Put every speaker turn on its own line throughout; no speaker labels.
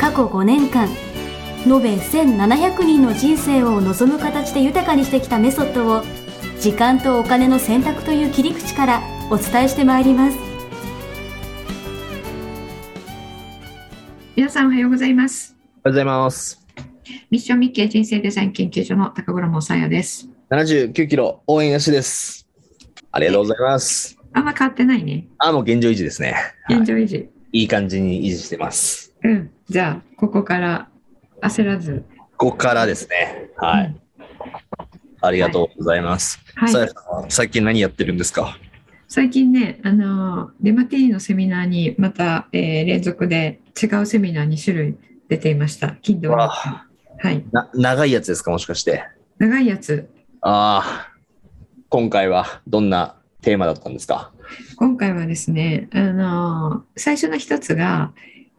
過去5年間延べ1700人の人生を望む形で豊かにしてきたメソッドを時間とお金の選択という切り口からお伝えしてまいります
皆さんおはようございます。
おはようございます。
ミッションミッケ人生デザイン研究所の高倉もさやです。
79キロ応援なしです。ありがとうございます。
あんま変わってないね。
あ、もう現状維持ですね。はい
現状維持。
いい感じに維持してます。
うん。じゃあ、ここから焦らず。
ここからですね。は
う
い
ん。。
ありがとうございます。さ
は
や
い。
さんは最近何やってるんですか
最近ね、あのー、デマティーニのセミナーにまた、えー連続で違うセミナー2種類出ていました。金土日
わ
は
あ
い。
な長いやつですかもしかして。
長いやつ。
ああ、今回はどんなテーマだったんですか
今回はですね、あのー、最初の一つが、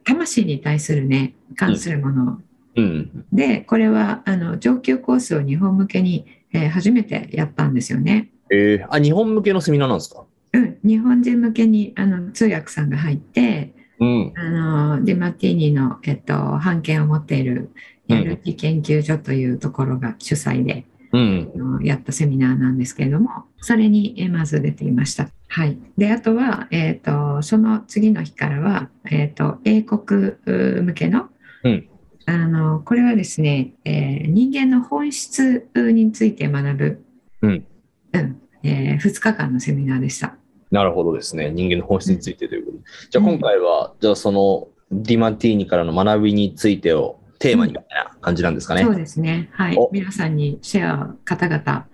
魂に対するね、関するもの。
うん。
でこれはあの上級コースを日本向けに、えー初めてやったんですよね。
えー、あ、日本向けのセミナーなんですか
うん、日本人向けにあの通訳さんが入って
うん。
あのデマティーニの、えっと、版権を持っている
うん
やる気研究所というところが主催で、
うん。
あのやったセミナーなんですけれどもそれに、えーまず出ていました。はい、であとは、えっとその次の日からは、えっと英国う向けの
うん
あのこれはですね、えー人間の本質について学ぶ、
うん
うんえ2日間のセミナーでした。
なるほどですね。人間の本質についてということで。じゃあ今回は、じゃあそのディマティーニからの学びについてをテーマにみたいな感じなんですかね。
そうですね、はい
お、
皆さんにシェア方々、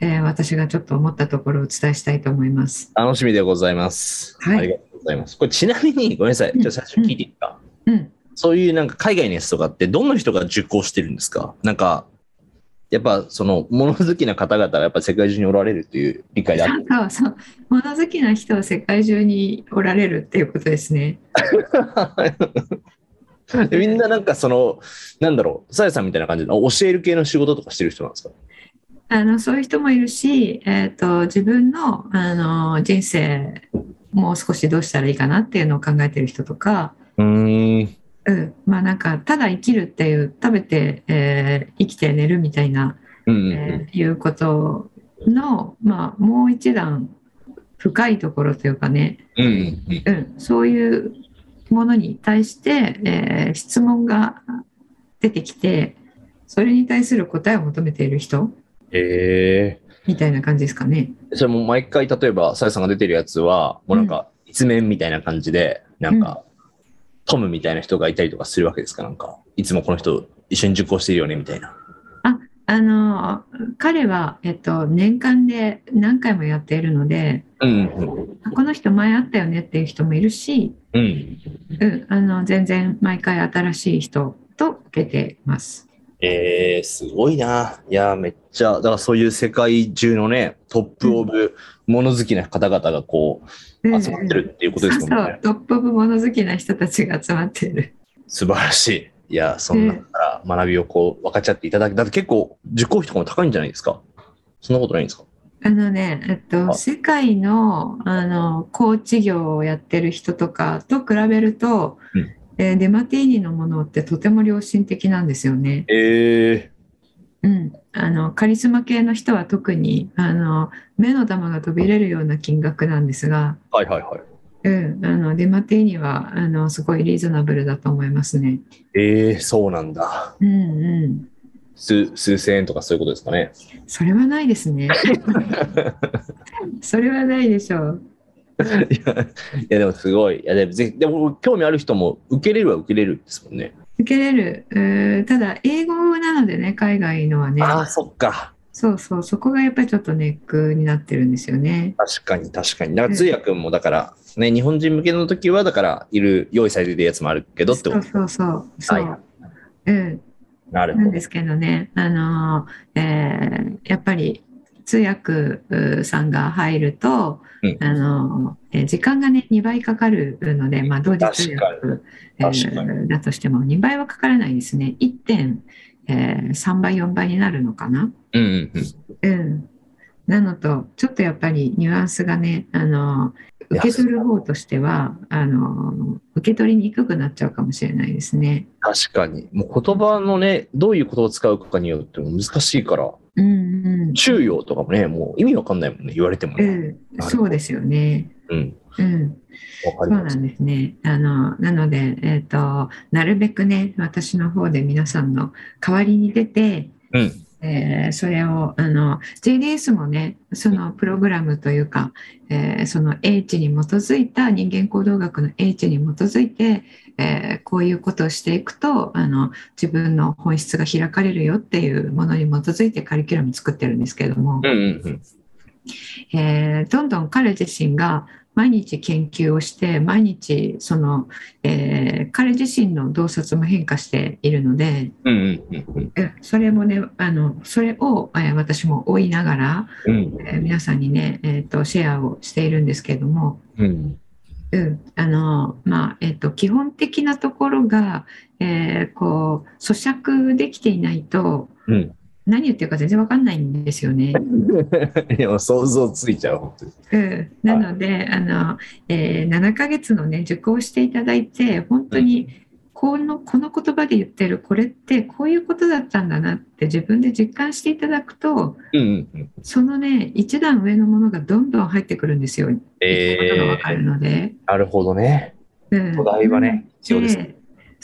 えー私がちょっと思ったところをお伝えしたいと思います。
楽しみでございます。
はい
ありがとうございます。これちなみに、ごめんなさい。
うん
じゃあ最初聞いていいですか、
うん、
そういうなんか海外のやつとかって、どんな人が受講してるんですかなんか、やっぱその物好きな方々がやっぱ世界中におられるという理解であ
な
っ
んかそう物好きな人は世界中におられるっていうことです ね。
たでみんななんかその、なんだろう、さやさんみたいな感じで教える系の仕事とかしてる人なんですか
あのそういう人もいるし、えー、と自分のあの人生もう少しどうしたらいいかなっていうのを考えてる人とか、
うーん。
うん、まあなんかただ生きるっていう食べて、えー生きて寝るみたいな、
うんうんうん、
えーいうことの、まあ、もう一段深いところというかね、
うんうんうん
うん、そういうものに対して、えー質問が出てきてそれに対する答えを求めている人
え
みたいな感じですかね。
えそれもう毎回、例えば、さやさんが出てるやつは、もうなんか、一面みたいな感じで、なんか、トムみたいな人がいたりとかするわけですかなんか、いつもこの人、一緒に受講しているよね、みたいな。
あの彼は、えっと、年間で何回もやっているので
うん、うん、
あこの人前あったよねっていう人もいるし、
うん。
うん、あの全然毎回新しい人と受けてます。
ええすごいな。いやー、めっちゃ、だからそういう世界中のね、トップオブ、物好きな方々がこう、
うん
集まってるっていうこと
そ
で
う
す
そう
もんね。
トップオブ物好きな人たちが集まっている。
素晴らしい。いやー、そんなから学びをこう、分かち合っていただき、だって結構、受講費とかも高いんじゃないですかそんなことないんですか
あのね、えっと、
あ
世界の、あの、高知業をやってる人とかと比べると、
うん
えーデマティーニのものってとても良心的なんですよね。
ええ
うん。あの、カリスマ系の人は特に、あの、目の玉が飛び出るような金額なんですが、
はいはいはい。
うん。あの、デマティーニは、あの、すごいリーズナブルだと思いますね。
ええそうなんだ。
うんうん。
数、数千円とかそういうことですかね。
それはないです ね。それはないでしょう。
いや、いやでもすごい。いやでもぜひ、でも興味ある人も受けれるは受けれるんですもんね。
受けれる。うーただ、英語なのでね、海外のはね。
ああ、そっか。
そうそう、そこがやっぱりちょっとネックになってるんですよね。
確かに確かに。だから通訳もだから、ね、日本人向けの時はだからいる用意されてるやつもあるけどってこ
そ
と
うそうそう。そう、
は
うん、
なる
な
ほ
ん
ど
で。すけどね、あのーえーやっぱり通訳うーさんが入ると、
うん
あのーえー時間がね2倍かかるので、まあ、同時通訳
確
え
に確か
ーだとしても2倍はかからないですね1.3倍4倍になるのかな。
うんうんうん。
うんなのとちょっとやっぱりニュアンスがねあのー受け取る方としてはあのー受け取りにくくなっちゃうかもしれないですね。
確かに。もう言葉のね、どういう言葉を使うかによっても難しいから、
うんうん
中用とかもね、もう意味わかんないもんね、言われても
う
ね。
ん、そうですよね。
うん。
うん、
わか
そう
りま
な
す。
んですね。あのなので、えっとなるべくね私の方で皆さんの代わりに出て、
うん。
えーそれをあの JDS もねそのプログラムというか、えーその英知に基づいた人間行動学の英知に基づいて、えーこういうことをしていくとあの自分の本質が開かれるよっていうものに基づいてカリキュラム作ってるんですけれども。
うんうんうん。
えーどんどん彼自身が毎日研究をして毎日その、えー彼自身の洞察も変化しているので
うんうんうん
えそれもねあのそれを、えー私も追いながら、
うん。
えー皆さんにね、えーとシェアをしているんですけども、
うん。
うんあのまあえー、と基本的なところが、えーこう咀嚼できていないと
うん。
何言ってるか全然わかんないんですよね。
いや、想像ついちゃう、本当に。
うん、なので、あのえー7ヶ月の、ね、受講していただいて本当にこのこの言葉で言ってるこれってこういうことだったんだなって自分で実感していただくと
うんうんうん。
そのね一段上のものがどんどん入ってくるんですよ。
え
ことが分か
ー、
るので。
なるほどね。
うん
土台はね、必要です。
で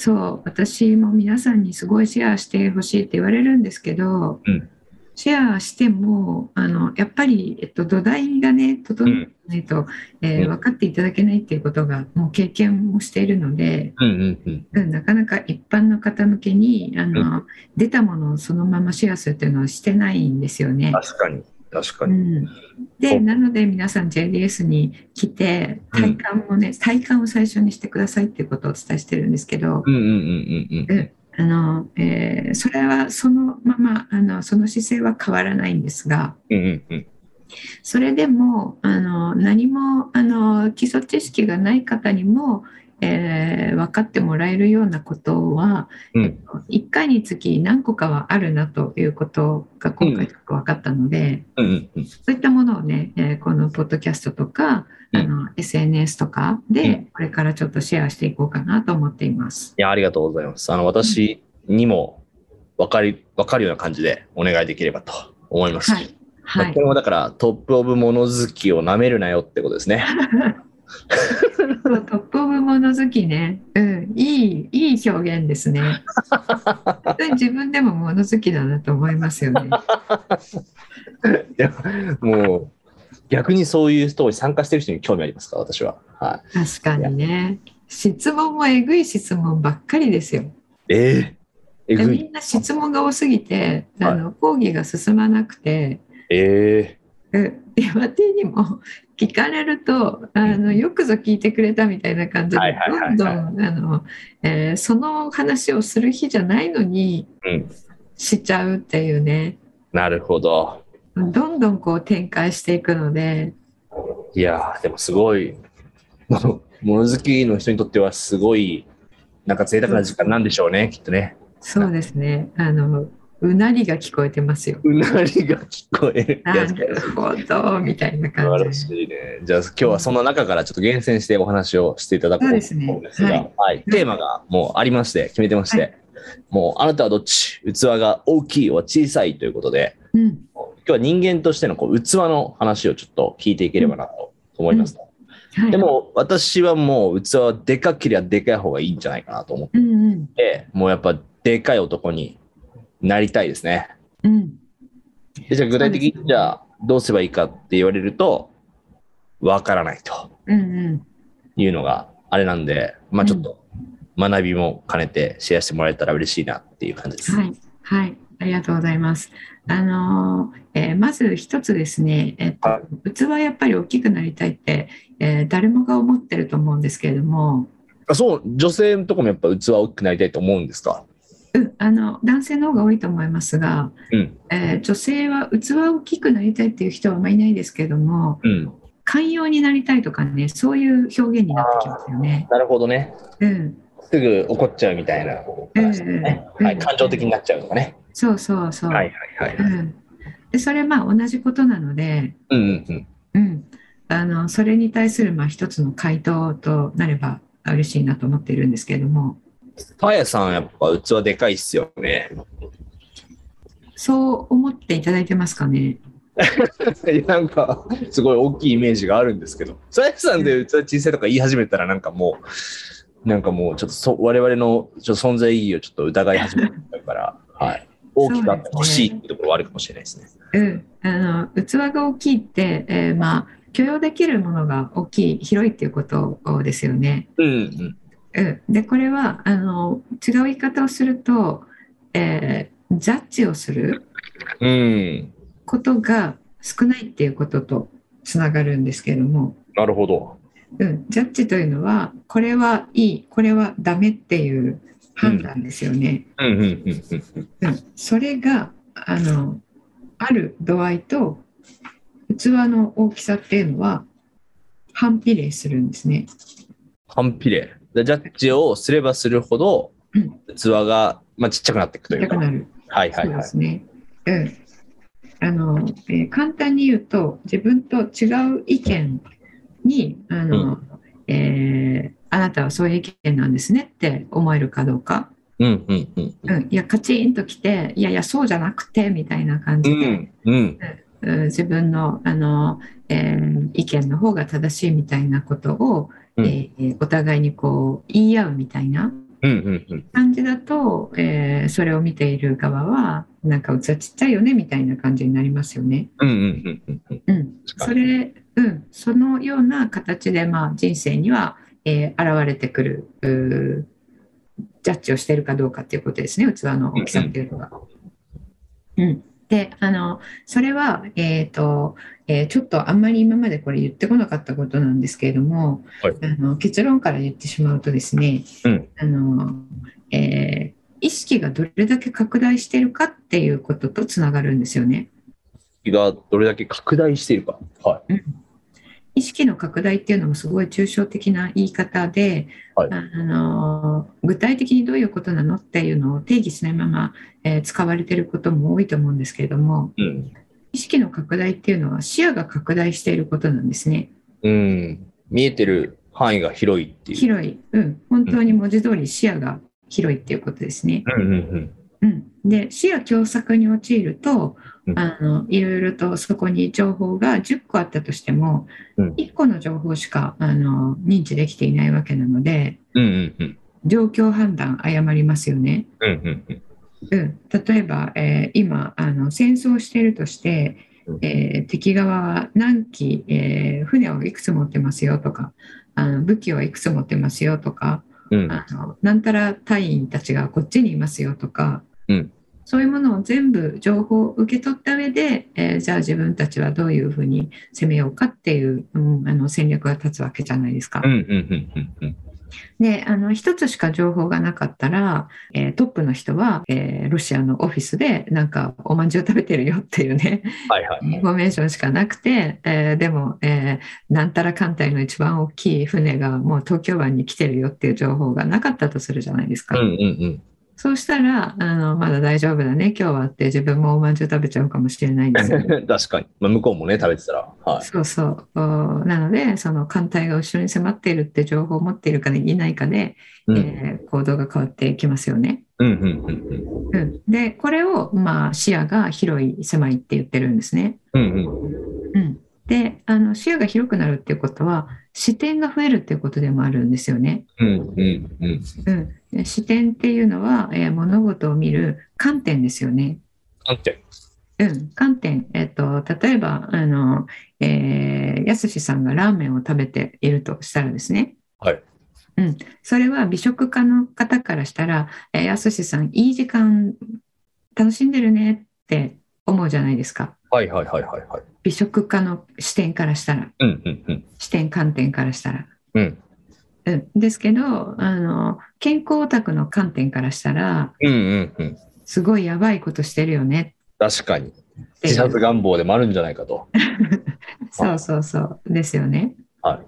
そう私も皆さんにすごいシェアしてほしいって言われるんですけど、
うん
シェアしてもあのやっぱり、えっと、土台がね整ってないと、えー
うん
分かっていただけないっていうことがもう経験もしているので、
うんうんうん。
うん、なかなか一般の方向けにあの、出たものをそのままシェアするっていうのはしてないんですよね。
確かに。確か
う
に。
ん、
そ
で
う
なので皆さん JDS に来て体感をね、体感を最初にしてくださいっていうことをお伝えしてるんですけど、
うんうんうんうんうん。
あのえーそれはそのままあのその姿勢は変わらないんですが
うんうんうん。
それでもあの何もあの基礎知識がない方にも、えー分かってもらえるようなことは
うん。
1回につき何個かはあるなということが今回よく分かったので、
うんうんうん。
そういったものをね、えーこのポッドキャストとかあの、SNS とか
う
でこれからちょっとシェアしていこうかなと思っています。
いや、ありがとうございます。あの、私にも分かり、分かるような感じでお願いできればと思います。
はい、
まあ
はい
これもだから、トップオブ物好きを舐めるなよってことです ね。
そうトップオブもの好きね、うん、いいいい表現です ね。本当に自分でももの好きだなと思いますよね。
いやもう、逆にそういう人に参加してる人に興味ありますから、私は。は
確かにね。質問もえぐい質問ばっかりですよ。
い。えええ
で
ぐ
み
い。
んな質問が多すぎてあの講義が進まなくて、
え
うん、で私にも 聞かれるとあのよくぞ聞いてくれたみたいな感じ
は
で
いはいはいは
ど
い
んどんあのえーその話をする日じゃないのに
うん
しちゃうっていうね。
なるほど。
どんどんこう展開していくので、
いやーでもすごい、あの物好きの人にとってはすごい、なんか贅沢な時間なんでしょうね、きっとね。
そうですね、あのうなりが聞こえてますよ。
うなりが聞こえる。い
な
や
るほど、みたいな
素晴
感
ら
じで。
しいね。じゃあ今日はその中からちょっと厳選してお話をしていただこう
そ
と
うですね
思うんですが、はいテーマがもうありまして、決めてまして、
は
もうあなたはどっち器が大きいは小さいということで、
うん、
今日は人間としてのこう器の話をちょっと聞いていければなと思います。
はい
で、も私はもう器はでかけりゃでかい方がいいんじゃないかなと思っ
うんうん
て、もうやっぱでかい男になりたいですね。
うん、
でじゃあ具体的
そうですね
にじゃあどうすればいいかって言われるとわからないと
うんうん、
いうのがあれなんで、まあ、ちょっと学びも兼ねてシェアしてもらえたら嬉しいなっていう感じです。
はい、はい、ありがとうございます。あのえーまず一つですね、えっと
は
器やっぱり大きくなりたいって、えー誰もが思ってると思うんですけれども、
あそう、女性のとこもやっぱ器大きくなりたいと思うんですか
うん、あの男性の方が多いと思いますが、
うん。
えー女性は器を大きくなりたいっていう人はあまりいないですけれども
うん。
寛容になりたいとかねそういう表現になってきますよね。
なるほどね。
うん
すぐ怒っちゃうみたいな話ですね。
うん
はい。感情的になっちゃうとかね。
そうそうそう、
はいはいは
う
い。
ん、でそれまあ同じことなので、
うんうんうん。
うん、あのそれに対するまあ一つの回答となれば嬉しいなと思っているんですけれども
あやさん、やっぱ器でかいっすよね。
そう思っていただいてますかね
いやなんか、すごい大きいイメージがあるんですけど、さやさんで器小さいとか言い始めたら、なんかもう、なんかもう、ちょっとそ我々のちょっと存在意義をちょっと疑い始めたから、はい。大きくあってほしいってところはあるかもしれないですね。
うん、あの器が大きいって、えーまあ、許容できるものが大きい広いっていうことですよね。
うんうん。
うん、でこれはあの違う言い方をすると、えージャッジをする
うん。
ことが少ないっていうこととつながるんですけども、
なるほど。
うん、ジャッジというのはこれはいいこれはダメっていう判断ですよね。
うんうんうんうん。
うん、それがあのある度合いと器の大きさっていうのは反比例するんですね。
反比例。でジャッジをすればするほど
うん、
器が、まあ、ちっちゃくなっていくとい
な
う
く
か。
なる。
はいは
そ
いう
で
はい。
すね。うん。あの、えー簡単に言うと自分と違う意見にあの、えーあなたはそういう意見なんですねって思えるかどうか。
うんうんうん。
うん、いやカチンときていやいやそうじゃなくてみたいな感
う
じで。
んうん。
うん自分のあの、えー意見の方が正しいみたいなことを、
うん
えーお互いにこう言い合うみたいな
うんうんうん。
感じだと、えーそれを見ている側はなんか器ちっちゃいよねみたいな感じになりますよね。
うんうんうんうん。
うん、そ
確かに
れ、うん、そのような形で、まあ、人生には、えー現れてくるうージャッジをしているかどうかっていうことですね器の大きさっていうのが。うん、であのそれは、えーとえーちょっとあんまり今までこれ言ってこなかったことなんですけれども、
はい
あの結論から言ってしまうとですね、
うん
あのえー意識がどれだけ拡大しているかっていうこととつながるんですよね。
がどれだけ拡大しているか。は
意識の拡大っていうのもすごい抽象的な言い方で、
はい
あの具体的にどういうことなのっていうのを定義しないまま、えー使われていることも多いと思うんですけれども
い。うん。
意識の拡大っていうのは視野が拡大していることなんですね
うん、見えてる範囲が広いっていう。
広い、うん、本当に文字通り視野が広いっていうことですね、
うんうん
うん、で視野狭窄に陥ると
うん
あのいろいろとそこに情報が10個あったとしても、
うん
1個の情報しかあの認知できていないわけなので、
うん。うんうんうん。
状況判断誤りますよね。
うんうんうん。
うん、例えば、えー今あの戦争をしているとして
うん、
えー敵側は何機、えー船をいくつ持ってますよとかあの武器をいくつ持ってますよとか
うん
あのなんたら隊員たちがこっちにいますよとか、
うん
そういうものを全部情報を受け取った上で、えーじゃあ自分たちはどういうふうに攻めようかっていう、うん、あの戦略が立つわけじゃないですか。
うんうんうんうん。
であの一つしか情報がなかったら、えートップの人は、えーロシアのオフィスでなんかおまんじゅう食べてるよっていうね
はいは
イン
い。
フォメーションしかなくて、えーでも、えーなんたら艦隊の一番大きい船がもう東京湾に来てるよっていう情報がなかったとするじゃないです
う
か、
んうん
そうしたらあのまだ大丈夫だね今日はって自分もおまんじゅう食べちゃうかもしれないんですよ
うん。確かに。まあ、向こうもね、食べてたら。はい。
そうそう。おなので、その艦隊が後ろに迫っているって情報を持っているかいないかで、
うん
えー行動が変わってきますよね。
うんうんうん
うん、で、これを、まあ、視野が広い、狭いって言ってるんですね。
うん。うんうん。
うん、であの、視野が広くなるっていうことは、視点が増えるっていうことでもあるんですよね。
うんうんうん。
うん、で視点っていうのは、えー物事を見る観点ですよね。
なんて。
うん、観点、えっと、例えばあの、えー、やすしさんがラーメンを食べているとしたらですね、
はい
うん、それは美食家の方からしたら、えー、やすしさんいい時間楽しんでるねって思うじゃないですか
はいはいはいはいはい。
美食家の視点からしたら
うんうんうん。
視点観点からしたら。
うん
うんですけどあの健康オタクの観点からしたら
うんうんうん。
すごいやばいことしてるよね
確かに。
って
自殺願望でもあるんじゃないかと。
そうそうそうですよね。
は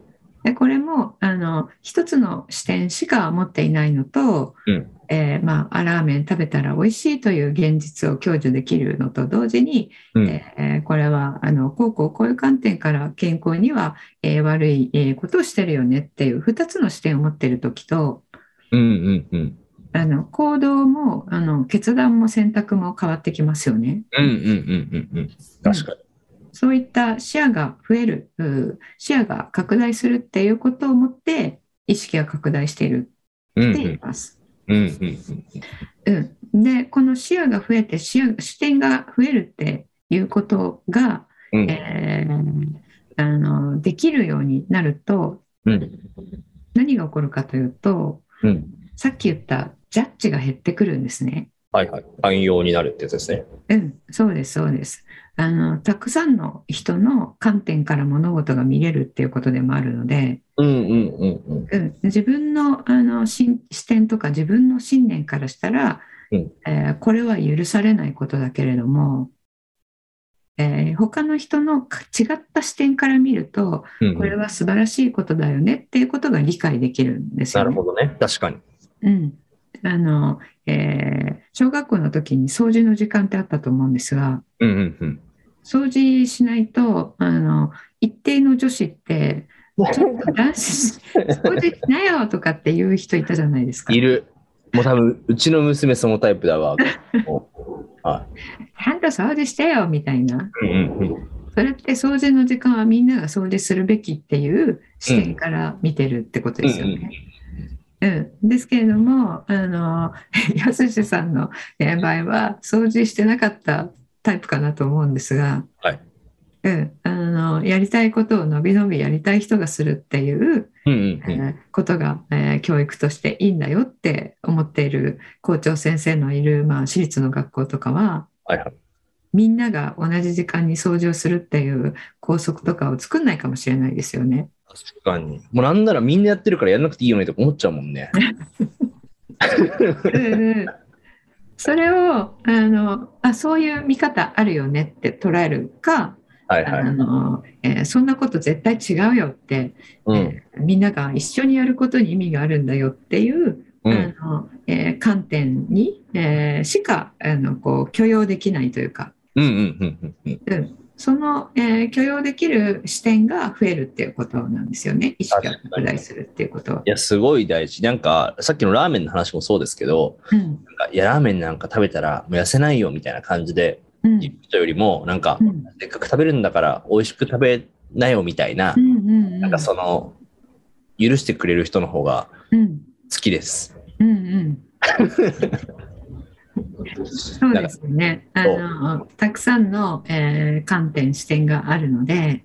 でこれもあの一つの視点しか持っていないのと、
うん
えーまあ、あラーメン食べたら美味しいという現実を享受できるのと同時に、
うん
えーこれはあのこうこうこういう観点から健康には、えー悪い、えーことをしてるよねっていう2つの視点を持ってる時と
うんうんうん。
あの行動もあの決断も選択も変わってきますよね。
うんうんうんうんうん。確かに。
そういった視野が増える、うん視野が拡大するっていうことをもって、意識が拡大している
うん
っ
う
て言い
ん
ます。
うんうん
うんで、この視野が増えて視野、視点が増えるっていうことが、
うん
えーあのできるようになると、
うんうん
何が起こるかというと、
うん。
さっき言ったジャッジが減ってくるんですね。
はいはい。寛容になるってやつですね。
うん、そうです、そうです。あのたくさんの人の観点から物事が見れるっていうことでもあるので、
うんうんうんうん。
うん、自分のあの信視点とか自分の信念からしたら、
うん
えーこれは許されないことだけれども、えー他の人のか違った視点から見ると
うんうん
これは素晴らしいことだよねっていうことが理解できるんです
な
よ、ね。
るほどね。確かに。
うんあのえー小学校の時に掃除の時間ってあったと思うんですが
うんうんうん。
掃除しないとあの一定の女子ってちょっと男子 掃除しなよとかって言う人いたじゃないですか
い。る。もう多分、うちの娘そのタイプだわ。もうは
ちゃんと掃除してよみたいな。
い。うんうんうん。
それって掃除の時間はみんなが掃除するべきっていう視点から見てるってことですよね。うん、ですけれども、あの、 やすしさんのえー場合は掃除してなかったタイプかなと思うんですが、
はい
うん、あの、やりたいことをのびのびやりたい人がするっていう、
う
え
んうんうん。
ーことが、えー教育としていいんだよって思っている校長先生のいる、まあ、私立の学校とかは、
はいはい。
みんなが同じ時間に掃除をするっていう校則とかを作んないかもしれないですよ ね。
確かに。もうなんならみんなやってるからやんなくていいよねとか思っちゃうもんね。
それをあのあそういう見方あるよねって捉えるか、
はいは
あ
い。
のえーそんなこと絶対違うよって、
うん。
みんなが一緒にやることに意味があるんだよっていう、
うん。
あのえー観点に、えーしかあのこう許容できないというか
うんうんうんうんうん。
その、えー許容できる視点が増えるっていうことなんですよね意識が拡大するっていうことは。
いや、すごい大事。なんか、さっきのラーメンの話もそうですけど、
うん
なんかいや、ラーメンなんか食べたらもう痩せないよみたいな感じで
うん
言ったよりも、なんか
う、ん
せっかく食べるんだから美味しく食べなよみたいな
う、んうん
なんかその、許してくれる人の方が
うん
好きです。
うんうんそうですよねあ
そう
のたくさんの、えー観点視点があるので、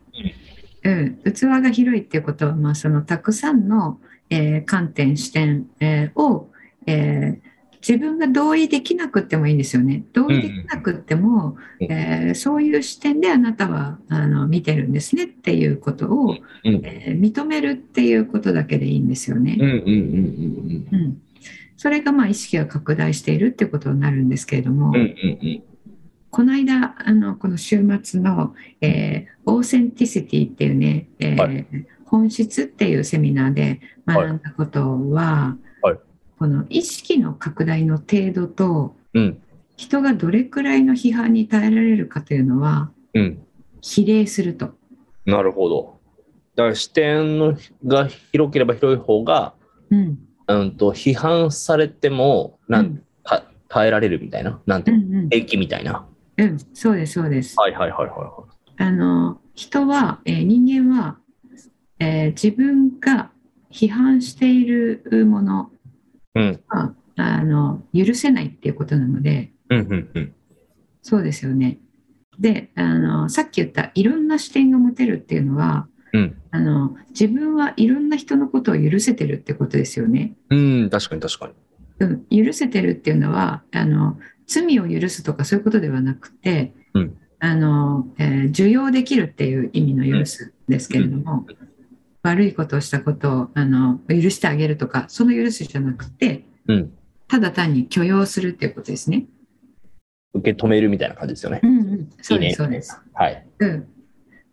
うん、器が広いっていうことは、まあ、そのたくさんの、えー観点視点、えーを、えー自分が同意できなくってもいいんですよね同意できなくっても、
うん
えーそういう視点であなたはあの見てるんですねっていうことを、
うん
えー認めるっていうことだけでいいんですよね。
うんうんうんうん
うん、それがまあ意識が拡大しているってことになるんですけれども、
うん。うんうんうん。
この間あのこの週末の、えーオーセンティシティっていうね、えー
は
本質っていうセミナーで学んだことは、
はい
この意識の拡大の程度と
うん
人がどれくらいの批判に耐えられるかというのは
うん。
比例すると。
なるほど。だから視点のが広ければ広い方が、
うん
うんと、批判されても、なん、
うん
た耐えられるみたいな。なんて
う
い
ん
うの、
うん
平気みたいな。
うん、そうですそうです。
はいはいはいは
あの人は、えー人間は、えー自分が批判しているもの
い。うん。
はあの許せないっていうことなので
うんうんうん。
そうですよね。であのさっき言ったいろんな視点が持てるっていうのは
うん。
あの自分はいろんな人のことを許せてるってことですよね。
うん、確かに確かに。
うん、許せてるっていうのはあの罪を許すとかそういうことではなくて、
うん
あの、えー受容できるっていう意味の許すですけれども、悪いことをしたことをあの許してあげるとかその許すじゃなくて
うん。
ただ単に許容するっていうことですね。
受け止めるみたいな感じですよね。
うんうん、そうで
いいね
すそうです。
はい。
うん、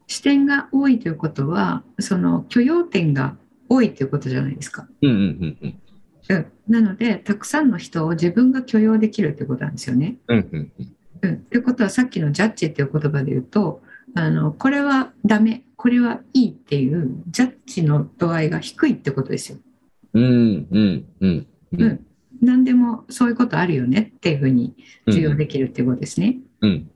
視点が多いということはその許容点が多いということじゃないですか。
うんうんうん
う
うん。
ん、なのでたくさんの人を自分が許容できるということなんですよね。
うんうんうん。
うん、ということはさっきのジャッジっていう言葉で言うとあのこれはダメこれはいいっていうジャッジの度合いが低いってことですよ。
うんうんうんうん。
うん何でもそういうことあるよねっていうふうに
うん
受容できるっていうことですね。
うん。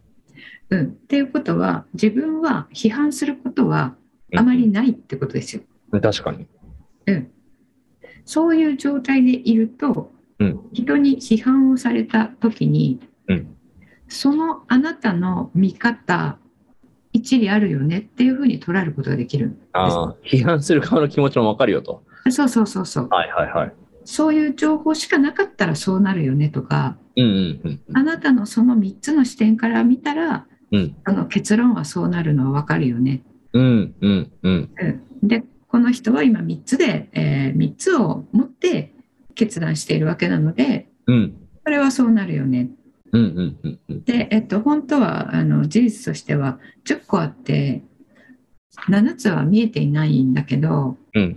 うんっていうことは自分は批判することはあまりないってことですよ。
確かに。
そういう状態でいると、
うん
人に批判をされた時に、
うん
そのあなたの見方一理あるよねっていうふうに捉えることができる。
ああ、批判する側の気持ちもわかるよと。
そうそうそうそう。
はいはいはい。
そういう情報しかなかったらそうなるよねとか、
うんうんうん
あなたのその3つの視点から見たら、
うん
あの結論はそうなるのはわかるよね。
うんうんうん
で、この人は今3つで、え3つを持って決断しているわけなので、
うん
これはそうなるよね。
うんうんうんうん
で、えっと、本当はあの事実としては10個あって、7つは見えていないんだけど、
うん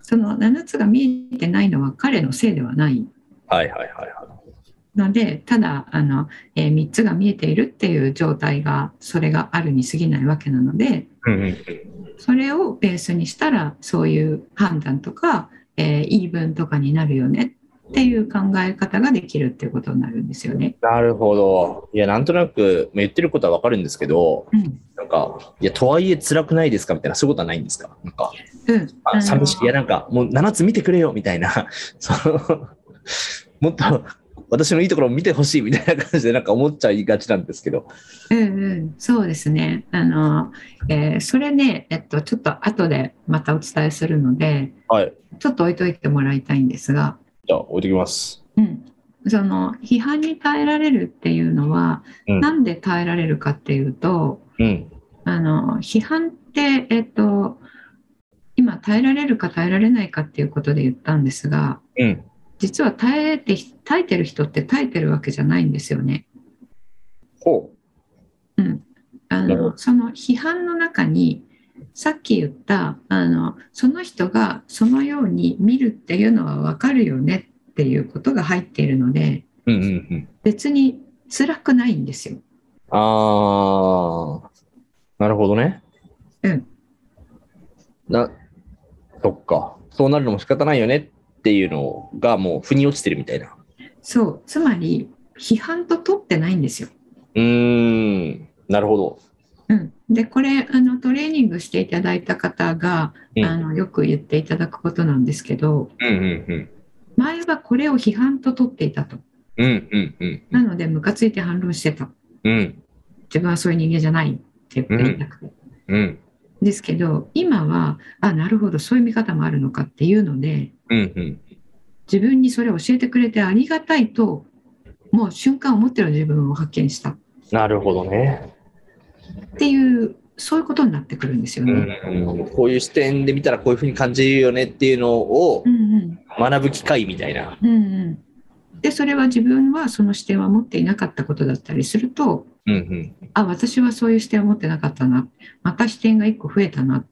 その7つが見えてないのは彼のせいではない
はいはいはいは
のでただあの、え3つが見えているっていう状態がそれがあるに過ぎないわけなので
い。うんうん
それをベースにしたらそういう判断とか、えー言い分とかになるよねっていう考え方ができるっていうことになるんですよね。
なるほど。いや、なんとなく言ってることはわかるんですけど、
うん
なんか、いや、とはいえ辛くないですかみたいな、そういうことはないんですかなんか、
うん、あ
あ
の
寂しい。いや、なんか、もう7つ見てくれよみたいな、 その、 もっと私のいいところを見てほしいみたいな感じで、なんか思っちゃいがちなんですけど。
うんうん、そうですねあの、えーそれね、えっと、ちょっと後でまたお伝えするので
はい。
ちょっと置いといてもらいたいんですが、
じゃあ、置いてきます。
うん、その批判に耐えられるっていうのは、
うん
なんで耐えられるかっていうと
うん。
あの批判って、えっと、今耐えられるか耐えられないかっていうことで言ったんですが
うん。
実は耐えて耐えてる人って耐えてるわけじゃないんですよね。
ほ
あ
なるほ
のその批判の中にさっき言ったあのその人がそのように見るっていうのは分かるよねっていうことが入っているので
う。うんうんうん。
別に辛くないんですよ。
ああ、なるほどね。
うん。
な、そっか。そうなるのも仕方ないよねっていうのがもう腑に落ちてるみたいな。
そう、つまり批判と取ってないんですよ。
うーん、なるほど。
うん、でこれあのトレーニングしていただいた方が、
うん、
あのよく言っていただくことなんですけど
うんうん
前はこれを批判と取っていたと
うん。うんうんうん。
なのでムカついて反論してた
うん
自分はそういう人間じゃないって言って言いたくて、
うん
ですけど今はあなるほどそういう見方もあるのかっていうので
うんうん。
自分にそれを教えてくれてありがたいともう瞬間思ってる自分を発見したっ
なるほどね、
ていうそういうことになってくるんですよ
う
ね。
んこういう視点で見たらこういうふうに感じるよねっていうのを
うんうん
学ぶ機会みたいな。
うんうん、でそれは自分はその視点は持っていなかったことだったりすると
うんうん。
あ私はそういう視点を持ってなかったなまた視点が1個増えたな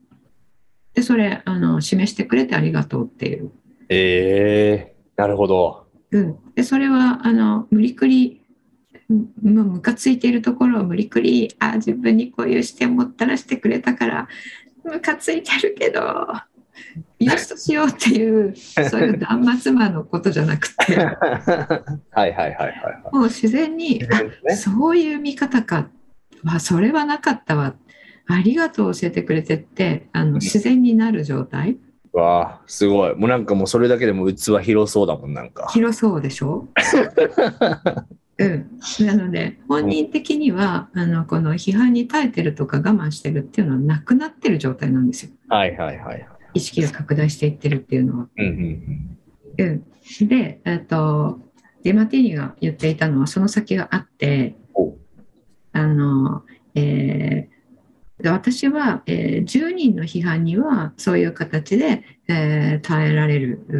でそれあの示してくれてありがとうっていう、
ええなるほ ど。
うん、でそれはあの無理くりむもうムカついているところを無理くりあ自分にこういう視点を持ったらしてくれたからムカついてるけどよしとしようっていうそういう断末魔のことじゃなくて
はいはいはいはいは
もう自然に
い。
あそういう見方か。わそれはなかったわ。ありがとう教えてくれてって、あの自然になる状態。
わあ、すごい。もうなんかもうそれだけでも器広そうだもん、なんか。
広そうでしょうん。なので、本人的には、あの、この批判に耐えてるとか我慢してるっていうのはなくなってる状態なんですよ。
はいはいはい。
意識が拡大していってるっていうのは。
うんうん
うん。で、えっと、ディマティーニが言っていたのは、その先があって
お、
あの、えー私は、えー10人の批判にはそういう形で、えー耐えられるう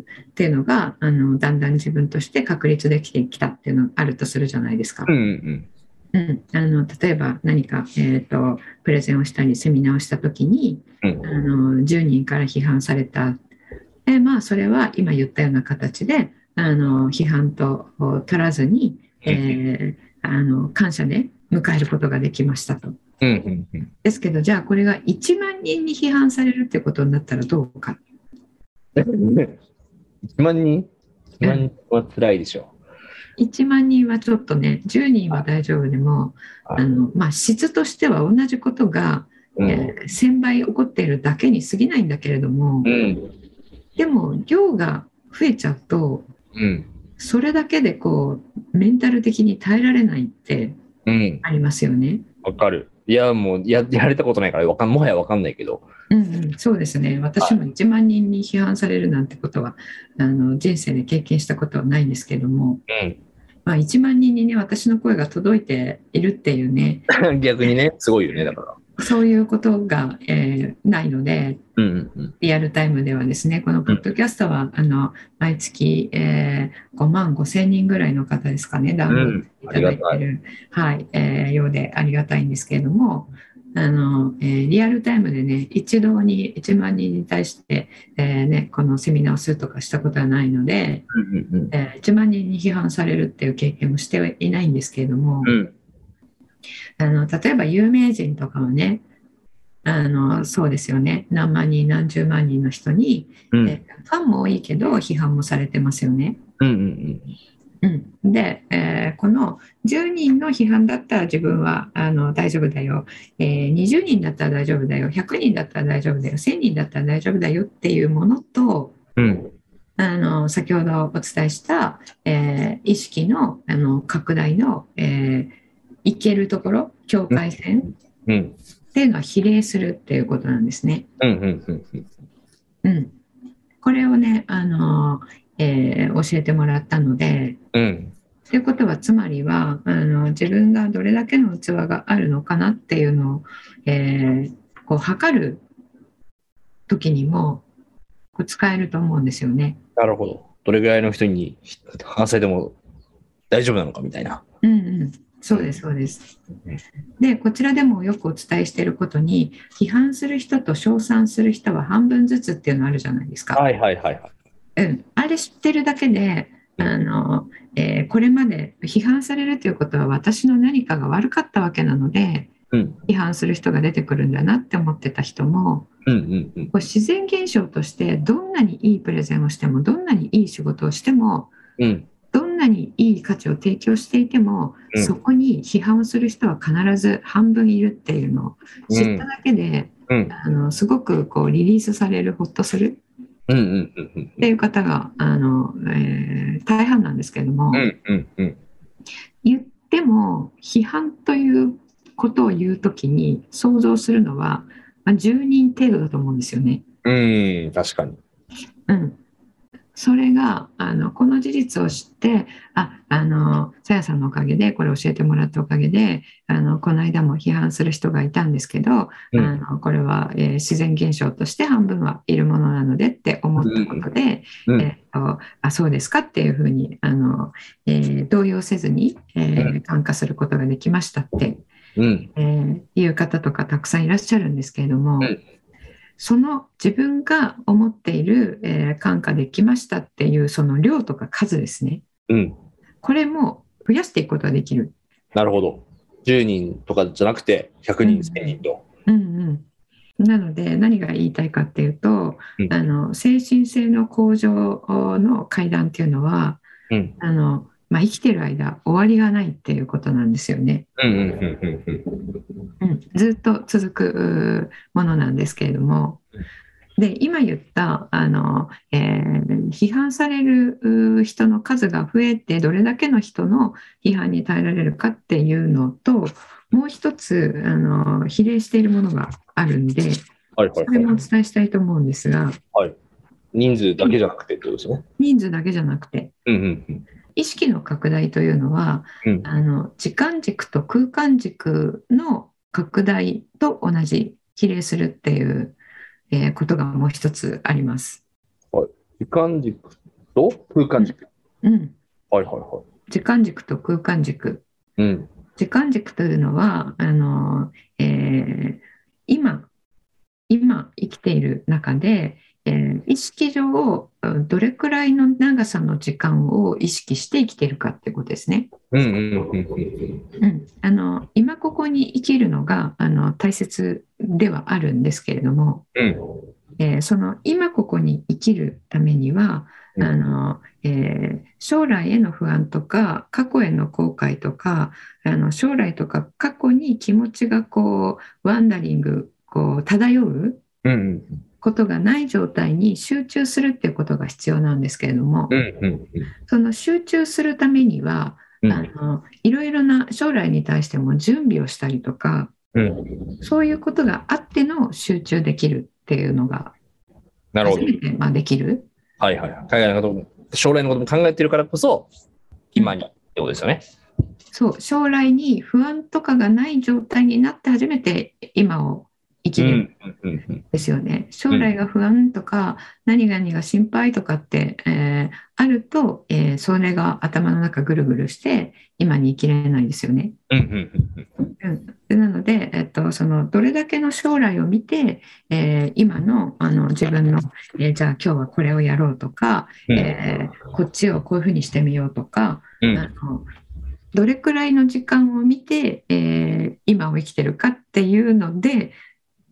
ーっていうのがあのだんだん自分として確立できてきたっていうのがあるとするじゃないですか。
うんうん。
うん、あの例えば何か、えー、とプレゼンをしたりセミナーをした時に
うん
あの10人から批判されたで、まあ、それは今言ったような形であの批判とお取らずに、えーあの感謝で迎えることができましたと。
うんうんうん。
ですけどじゃあこれが1万人に批判されるってことになったらどうか。
1万人 ?1 万人は辛いでしょ。
1万人はちょっとね10人は大丈夫でも
はい
あの、まあ、質としては同じことが
うん。
えー1000倍起こっているだけに過ぎないんだけれども
うん。
でも量が増えちゃうと
うん。
それだけでこうメンタル的に耐えられないって
うん。
ありますよね。
わかる。いや、もうや、やれたことないから、わかん、もはやわかんないけど。
うんうん、そうですね私も1万人に批判されるなんてことはあの人生で経験したことはないんですけども、まあ、1万人にね私の声が届いているっていうね
うん。 逆にね、すごいよね、だから。
そういうことが、えーないので
うんうん
リアルタイムではですね、このポッドキャストは、あの毎月、えー5万5千人ぐらいの方ですかね、ダウンロードいただい
あ
てる、はいえーようでありがたいんですけれども、あのえーリアルタイムでね、一堂に1万人に対して、えーね、このセミナーをするとかしたことはないので、
うん。うん
えー1万人に批判されるっていう経験もしてはいないんですけれども、
うん。うん。
あの例えば有名人とかはね、あのそうですよね、何万人、何十万人の人に、
うん
でファンも多いけど批判もされてますよね。
うんうん
うん、で、えーこの10人の批判だったら自分はあの大丈夫だよ、えー20人だったら大丈夫だよ100人だったら大丈夫だよ1000人だったら大丈夫だよっていうものと
うん。うん。
あの先ほどお伝えした、えー意識のあの拡大の、えーいけるところ境界線
うん。
っていうのは比例するっていうことなんですね。
うんうんうんうん。
うん、これをね、あのえー教えてもらったので。
うん。
ということはつまりはあの自分がどれだけの器があるのかなっていうのを、えーこう測る時にもこう使えると思うんですよね。
なるほど。どれぐらいの人に話されても大丈夫なのかみたいな。
うんうん、そうですそうです。でこちらでもよくお伝えしていることに批判する人と称賛する人は半分ずつっていうのあるじゃないですか。
はいはいはいはい。
うん、あれ知ってるだけであの、えーこれまで批判されるということは私の何かが悪かったわけなので
うん。
批判する人が出てくるんだなって思ってた人も
うんうんうん。
こう自然現象としてどんなにいいプレゼンをしてもどんなにいい仕事をしても
うん。
どんなにいい価値を提供していても、
うん
そこに批判をする人は必ず半分いるっていうのを知っただけで、
うん。
あのすごくこうリリースされるほっとする
うんうんうんうん
っていう方があの、えー大半なんですけれども、
うんうんうん。
言っても批判ということを言うときに想像するのは、まあ、10人程度だと思うんですよね。
うん、確かに。
うん、それがあのこの事実を知ってああのさやさんのおかげでこれ教えてもらったおかげであのこの間も批判する人がいたんですけど、
うん
あのこれは、えー自然現象として半分はいるものなのでって思ったことで。
うん、
えーとあそうですかっていうふうにあの、えー動揺せずに、えー感化することができましたって、
うん、
えーいう方とかたくさんいらっしゃるんですけれども、
うん
その自分が思っている、えー感化できましたっていうその量とか数ですね
うん。
これも増やしていくことができる。
なるほど。10人とかじゃなくて、100
うん
人、1000人と。
うんうん、なので何が言いたいかっていうと、
うん
あの精神性の向上の階段っていうのは
うん、
あの、まあ、生きてる間終わりがないっていうことなんですよね。
うん、うん、うん、うん
うん、ずっと続くうーものなんですけれども。で今言ったあの、えー批判されるうー人の数が増えてどれだけの人の批判に耐えられるかっていうのともう一つあの比例しているものがあるんで
はい、は
それ
い、
も
は
お
い。
伝えしたいと思うんですが
人数だけじゃなくてってことですね。
人数だけじゃなくて
うん、うん、うん。
意識の拡大というのは、
うん
あの時間軸と空間軸の拡大と同じ比例するっていう、えーことがもう一つあります。
時間軸と空間軸。
うん、
はいはいは
時間軸と空間軸
い。うん。
時間軸というのはあの、えー今今生きている中で、えー意識上うんどれくらいの長さの時間を意識して生きているかってことですね。
うんうんうんうん
うん、あの今ここに生きるのがあの大切ではあるんですけれども、
うん。
えーその今ここに生きるためには、
うん
あのえー将来への不安とか過去への後悔とかあの将来とか過去に気持ちがこうワンダリングこう漂う
うんうん
ことがない状態に集中するっていうことが必要なんですけれども、
うんうん
その集中するためには、
うん
あのいろいろな将来に対しても準備をしたりとか
うん。
そういうことがあっての集中できるっていうのが
なるほ
初
ど。
めてまあできる。
はいはいはい。考えのことも、将来のことも考えてるからこそ、今にってことですよね。
そう将来に不安とかがない状態になって初めて今を生きれるん
うんうんうん
ですよね。将来が不安とか何々が心配とかって、えーあると、えーそれが頭の中ぐるぐるして今に生きれないですよね。
うんうんうん
でなので、えっと、そのどれだけの将来を見て、えー今のあの自分の、えーじゃあ今日はこれをやろうとか、
うん
えーこっちをこういうふうにしてみようとか、
うん
あのどれくらいの時間を見て、えー今を生きてるかっていうので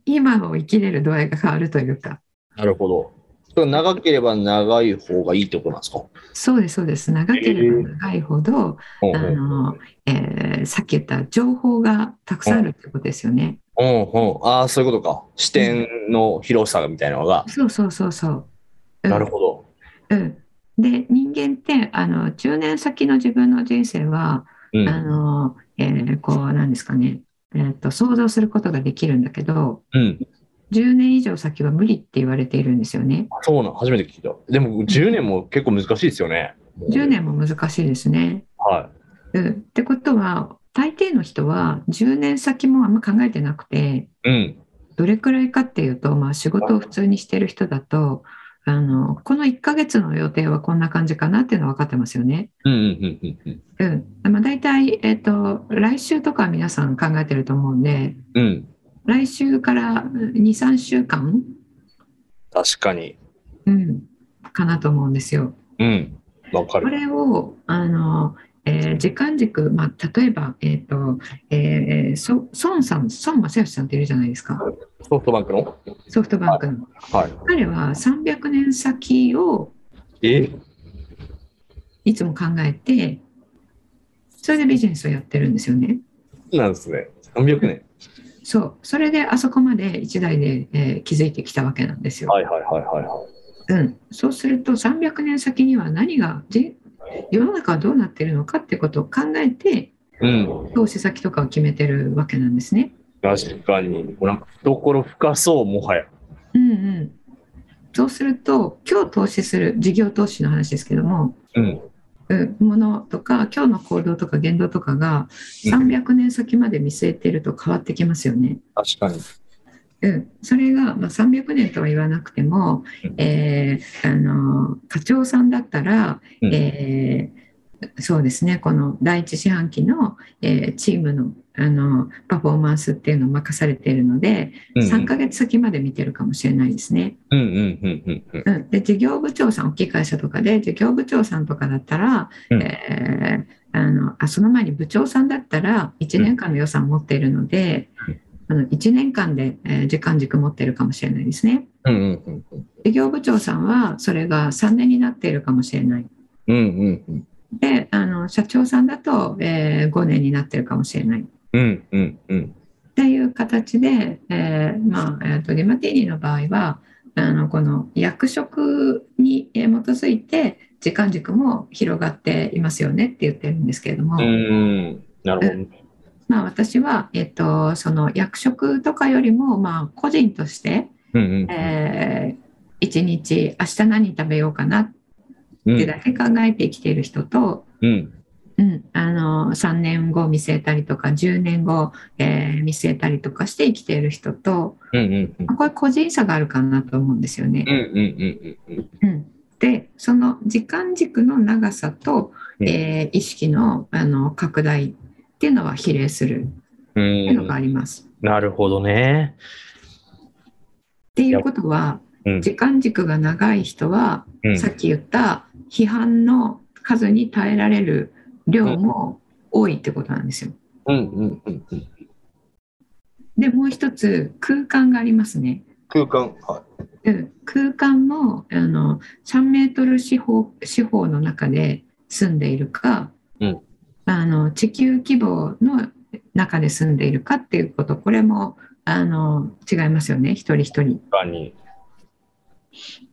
今を生きれる度合いが変わるというか
なるほど。それは長ければ長い方がいいってことなんですか
そうですそうです長ければ長いほど、
うん
あのえーさっき言った情報がたくさんあるってことですよね。
うんうん。ああ、そういうことか。視点の広さみたいなのが。
そうそうそうそう。うん
なるほど。
うんで人間ってあの10年先の自分の人生は、
うん。
あのえーこうなんですかね、えー、と想像することができるんだけど、
うん。
10年以上先は無理って言われているんですよね。
そうなん、初めて聞いた。でも、10年も結構難しいですよね。
10年も難しいですね。
は
うん、ってことは大抵の人は10年先もあんま考えてなくて
い。うん。
どれくらいかっていうと、まあ、仕事を普通にしてる人だとあのこの1ヶ月の予定はこんな感じかなっていうのは分かってますよね。
うんうんうんうん
うんまあ、大体、えっと来週とかは皆さん考えてると思うんで
うん。うん。
来週から23週間、
確かに。
うん、かなと思うんですよ。
うん。わか
こ
る。
れをあの、えー時間軸、まあ、例えば、えーとえー、そ孫さん孫正義さんっているじゃないですか
ソフトバンクの
ソフトバンクの、
はい。
彼は300年先を
え
いつも考えてそれでビジネスをやってるんですよね
なんですね。300年。
そうそれであそこまで一代で、えー、築いてきたわけなんですよ、
はいはいはいはいは
う
い。
ん、そうすると300年先には何がじ世の中はどうなってるのかってことを考えて
うん。
投資先とかを決めてるわけなんですね
確かに。なんか、懐深そう、もはや。
うんうん、そうすると今日投資する事業投資の話ですけども、
うん。
うん、ものとか今日の行動とか言動とかが300年先まで見据えてると変わってきますよね。
確かに。
うん、それが、まあ、300年とは言わなくても
うん、
えーあの課長さんだったら、
うん
えーそうですねこの第一四半期の、えーチームのあのパフォーマンスっていうのを任されているので、
うんうん
3ヶ月先まで見てるかもしれないですね。
うんうんうんうんうん。
うん、で事業部長さん大きい会社とかで事業部長さんとかだったら、
うん
えーあのあその前に部長さんだったら1年間の予算を持っているので、あの1年間で、えー時間軸持ってるかもしれないですね。
うんうんうんうん。
事業部長さんはそれが3年になっているかもしれない。
うんうんうん。
であの社長さんだと、え5年になってるかもしれない。
うんうんうん。
っていう形で、えーまあえー、とデマティーニの場合はあのこの役職にえー基づいて時間軸も広がっていますよねって言ってるんですけれども、
うん。なるほどね。
まあ、私は、えー、とその役職とかよりも、まあ、個人として、
うんうん
え1日明日何食べようかなっ
うん。
てだけ考えて生きている人と、
うん。
うん、あの3年後見据えたりとか10年後、えー見据えたりとかして生きている人と
うんうんうん。
これ個人差があるかなと思うんですよね。
うんうんうんうん。
うん、でその時間軸の長さと、
うん
えー意識のあの拡大っていうのは比例する
う
っていうのがあ
ん、
ります。
なるほどね。
っていうことは
うん
時間軸が長い人は、
うん
さっき言った批判の数に耐えられる量も多いってことなんですよ。
うんうんうんうん。
でもう一つ空間がありますね。
空間。は
うん空間もあの3メートル四方四方の中で住んでいるか、
うん
あの地球規模の中で住んでいるかっていうことこれもあの違いますよね一人一人
い。。空間に。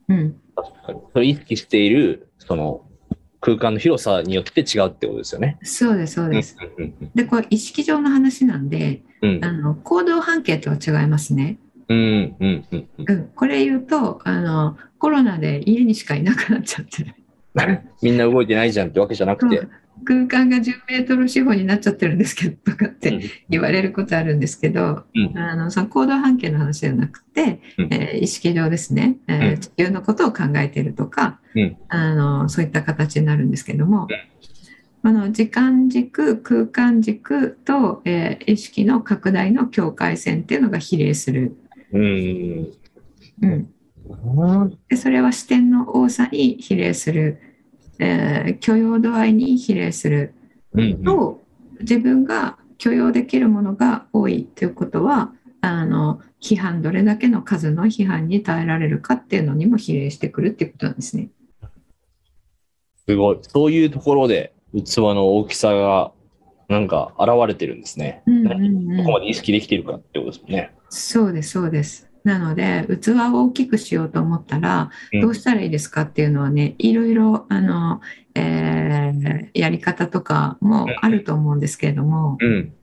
うん、
確かに。それ意識している、その、空間の広さによって違うってことですよね。
そうですそうです。
うんうん
でこれ意識上の話なんで
うん
あの行動半径とは違いますね。
うんうんうんうん。
うん、これ言うとあのコロナで家にしかいなくなっちゃってる。
みんな動いてないじゃんってわけじゃなくて。
空間が10メートル四方になっちゃってるんですけどとかって言われることあるんですけど、
うん
あのその行動半径の話じゃなくて、
うん
えー意識上ですね、えー
うん
地球のことを考えているとか、
うん
あのそういった形になるんですけども、あの時間軸空間軸と、えー意識の拡大の境界線っていうのが比例する、
うん。
うん、
うん
でそれは視点の多さに比例する、えー許容度合いに比例する。
うん
と自分が許容できるものが多いということはあの批判どれだけの数の批判に耐えられるかっていうのにも比例してくるっていうことなんですね。
すごい。そういうところで器の大きさがなんか現れてるんですね。
うんうん
どこ
う
ま
ん、
で意識できてるかってことですもんね。
そうですそうです。なので器を大きくしようと思ったら
うん
どうしたらいいですかっていうのはねいろいろあの、えーやり方とかもあると思うんですけれども
うん。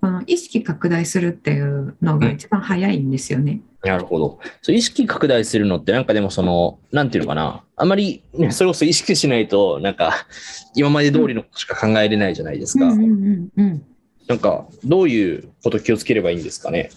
この意識拡大するっていうのが一番早いんですよね。
なるほど。そう意識拡大するのってなんかでもその、なんていうのかな。あまり、ね、それこそ意識しないと、なんか今まで通りのことしか考えれないじゃないですか。
うんうんうんうん
なんかどういうこと気をつければいいんですか ね。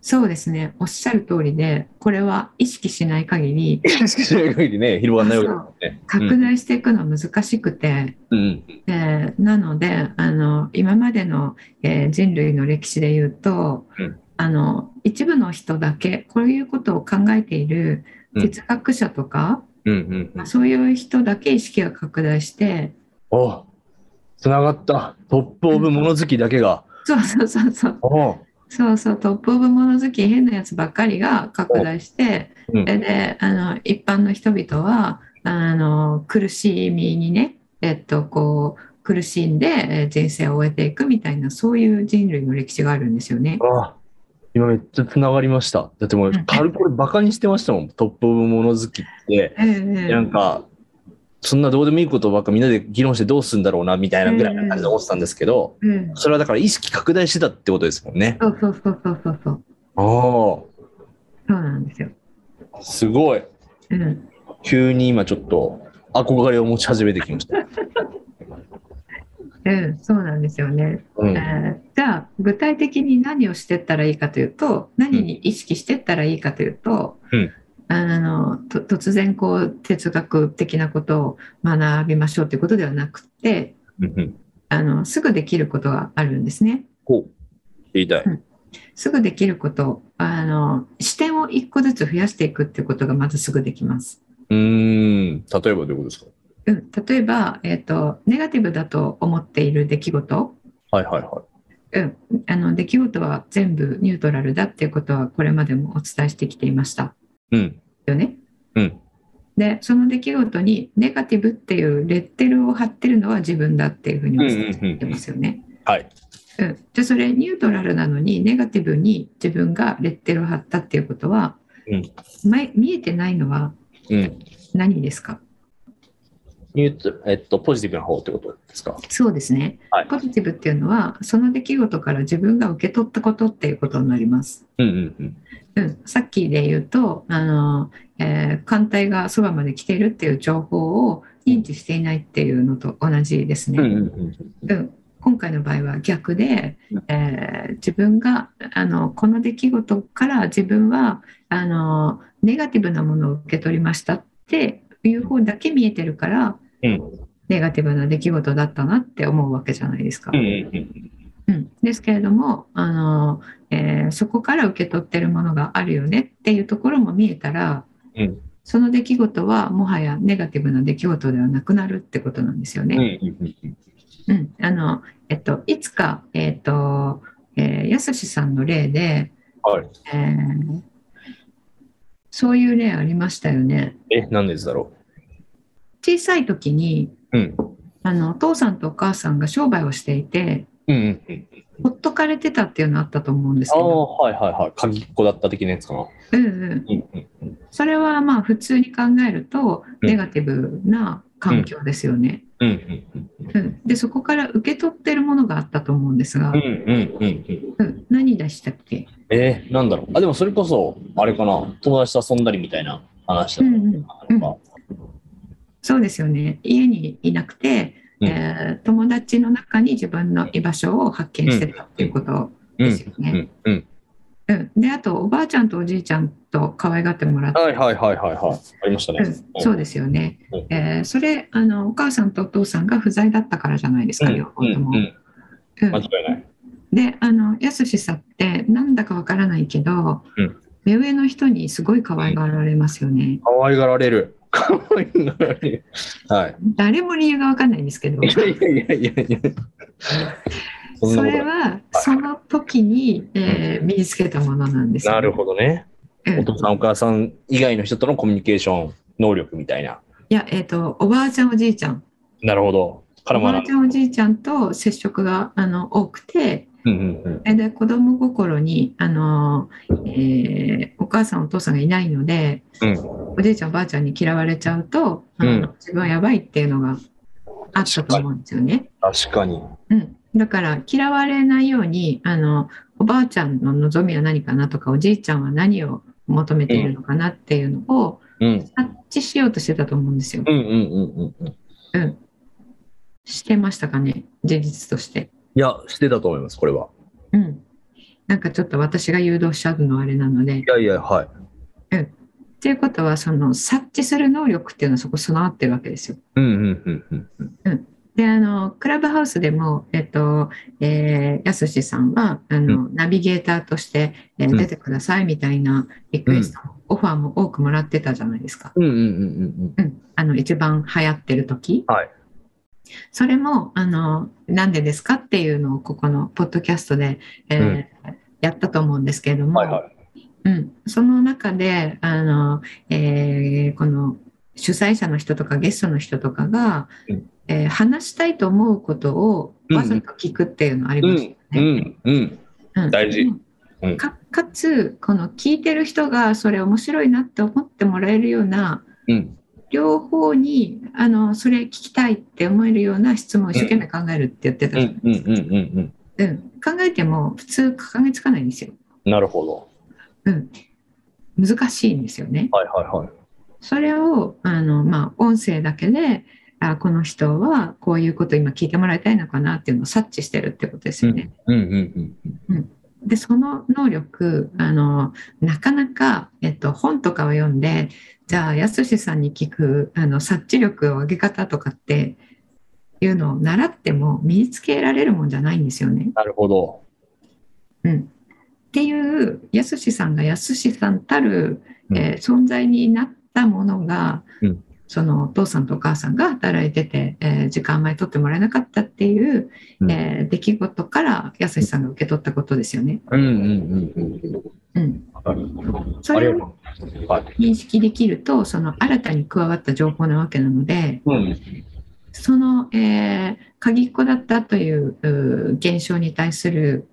そうですね。おっしゃる通りで、これは意識しない限り
意識しない限りね、広がらないわけですもんね。
拡大していくのは難しくて、
うんうん
えーなのであの今までの、えー人類の歴史で言うと、
うん
あの一部の人だけこういうことを考えている哲学者とか、
うんうんうん。
そういう人だけ意識が拡大して、
おつながった。トップオブ物好きだけが。
そうそうそうそう
おう
そうそうトップオブ物好き変なやつばっかりが拡大して、
うん
でであの一般の人々はあの苦しみにね、えっと、こう苦しんでえー人生を終えていくみたいなそういう人類の歴史があるんですよね。
ああ今めっちゃつながりました。だってもう
うん、
軽くこれバカにしてましたもん。トップオブ物好きって。
ええ
なんか、そんなどうでもいいことばっかみんなで議論してどうするんだろうな、みたいなぐらいな感じで思ってたんですけど、
ええ
それはだから意識拡大してたってことですもんね。
そうそうそうそうそうそう
あ
そうなんですよ。
あ、すごい。
うん、
急に今ちょっと憧れを持ち始めてきました。
うん、そうなんですよね。
うん。
えーじゃあ具体的に何をしてったらいいかというと何に意識してったらいいかというと、
うん
あのと突然こう哲学的なことを学びましょうということではなくて
うんうん
あのすぐできることがあるんですね。
こう、言いたい。
すぐできることあの視点を一個ずつ増やしていくっていうことがまずすぐできます。
うーん。例えばどういうことですか
うん、例えば、えーと、ネガティブだと思っている出来事、
はいはいはい。
うん、あの出来事は全部ニュートラルだっていうことはこれまでもお伝えしてきていました。
うん。
よね。
うん
でその出来事にネガティブっていうレッテルを貼ってるのは自分だっていうふうにお伝えしてますよね。
はい。
うん、じゃあそれニュートラルなのにネガティブに自分がレッテルを貼ったっていうことは、
うん
前見えてないのは
うん。
何ですか
ニュート、えっと、ポジティブな方ってことですか。
そうですね、
はい
ポジティブっていうのはその出来事から自分が受け取ったことっていうことになります。
うんうん
うん、さっきで言うとあの、えー艦隊がそばまで来ているっていう情報を認知していないっていうのと同じですね。
うんうん
うん今回の場合は逆で
うん、
えー自分があのこの出来事から自分はあのネガティブなものを受け取りましたっていう方だけ見えてるから、
うん
ネガティブな出来事だったなって思うわけじゃないですか。
うんうんうん
うん、ですけれどもあの、えーそこから受け取ってるものがあるよねっていうところも見えたら、
うん
その出来事はもはやネガティブな出来事ではなくなるってことなんですよ
うんう
ね。
んうん
うんあのえっと、いつか、えっとえーやすしさんの例で、
はい
えーそういう例ありましたよね。
え、何ですだろ
小さい時に
う。うん。
あのお父さんとお母さんが商売をしていて
うんうんうん。
ほっとかれてたっていうのあったと思うんです
あ
け
あ、
ど、
はいはいはい。鍵っ子だった的なやつかな。
うんうん、
うんうん。
それはまあ普通に考えると
うん
ネガティブな環境ですよね。
うんうんうん。
うんでそこから受け取ってるものがあったと思うんですが、
うんうんうんうん。
うん何でしたっけ、
えー、なんだろう。あ、でもそれこそ、あれかな。友達と遊んだりみたいな話だ
うん
っ
うん
たのか。
そうですよね家にいなくて、
うん
えー友達の中に自分の居場所を発見してたっていうこと
うん
ですよ
う
ね。
んうん。
うんであとおばあちゃんとおじいちゃんと可愛がってもらって、
はいはいはいはいはい。ありましたね
う。んそうですよね
うん。
えーそれあのお母さんとお父さんが不在だったからじゃないです
うん
か、
うん
両方とも。
うん
うん
間違いない。
であのやすしさんってなんだかわからないけど、
うん
目上の人にすごい可愛がられますよね、
可愛がられる。可愛がられる。 はい。
誰も理由がわかんないんですけど
いやいやいやいやいや。そ
そ
んなこ
れ
と
はその時に、えー身につけたものなんですよ
なるほどね。
うん
お父さんお母さん以外の人とのコミュニケーション能力みたいな。
いやえっ、とおばあちゃんおじいちゃん
なるほど。か
お
らも
ばあ
な
ち。ゃんおじいちゃんと接触があの多くて
うんうんうん。
えで子供心にあの、えーお母さんお父さんがいないので
うん。
おじいちゃんおばあちゃんに嫌われちゃうと、あの
うん
自分はやばいっていうのがあったと思うんですよね。
確かに。
うん、だから嫌われないようにあのおばあちゃんの望みは何かなとかおじいちゃんは何を求めているのかなっていうのを
うん。
察知しようとしてたと思うんですよ。
うんうんうんうんうん。
うん、してましたかね事実として。
いや、してたと思います、これは。
うん、なんかちょっと私が誘導しちゃうのはあれなので。
いやいや、はい。
っていうことはその察知する能力っていうのはそこ備わってるわけですよ。
うんうんうんうん。
であのクラブハウスでも、えっとえーやすしさんはあの、ナビゲーターとして、えー
うん
出てくださいみたいなリクエストも、オファーも多くもらってたじゃないですか、
うんうんうん
うん、あの一番流行ってる時、
はい
それもあのなんでですかっていうのをここのポッドキャストで、えー
うん
やったと思うんですけれど
うん。
も、
はいはい。
うん、その中であの、えーこの主催者の人とかゲストの人とかが、
うん
えー話したいと思うことをわざと聞くっていうのあり
う
ますよ
んう
ね。
んうん。
うん
大事うん
かかつこの聞いてる人がそれ面白いなって思ってもらえるような
うん。
両方にあのそれ聞きたいって思えるような質問を一生懸命考えるって言って
う
たじゃ
んうんうんうんうん。
ん、うん、考えても普通考えつかないんですよ、
なるほど。
うん、難しいんですよね。
はいはいはい。
それをあの、まあ、音声だけであこの人はこういうこと今聞いてもらいたいのかなっていうのを察知してるってことですよね。
うんうんうんうん。
でその能力あのなかなか、えっと、本とかを読んでじゃあやすしさんに聞くあの察知力を上げ方とかっていうのを習っても身につけられるもんじゃないんですよね。
なるほど。
うん、っていうやすしさんがやすしさんたる、
うん
えー存在になったものが、
うん
そのお父さんとお母さんが働いてて、えー時間あんまり取ってもらえなかったっていう、
うん
えー出来事からやすしさんが受け取ったことですよね。
うんうんうんうん。
うん、
わかる
そ
あり
れ
が
を
とう。はい。
認識できるとその新たに加わった情報なわけなので
うん。
その、えー鍵っ子だったといううー現象に対する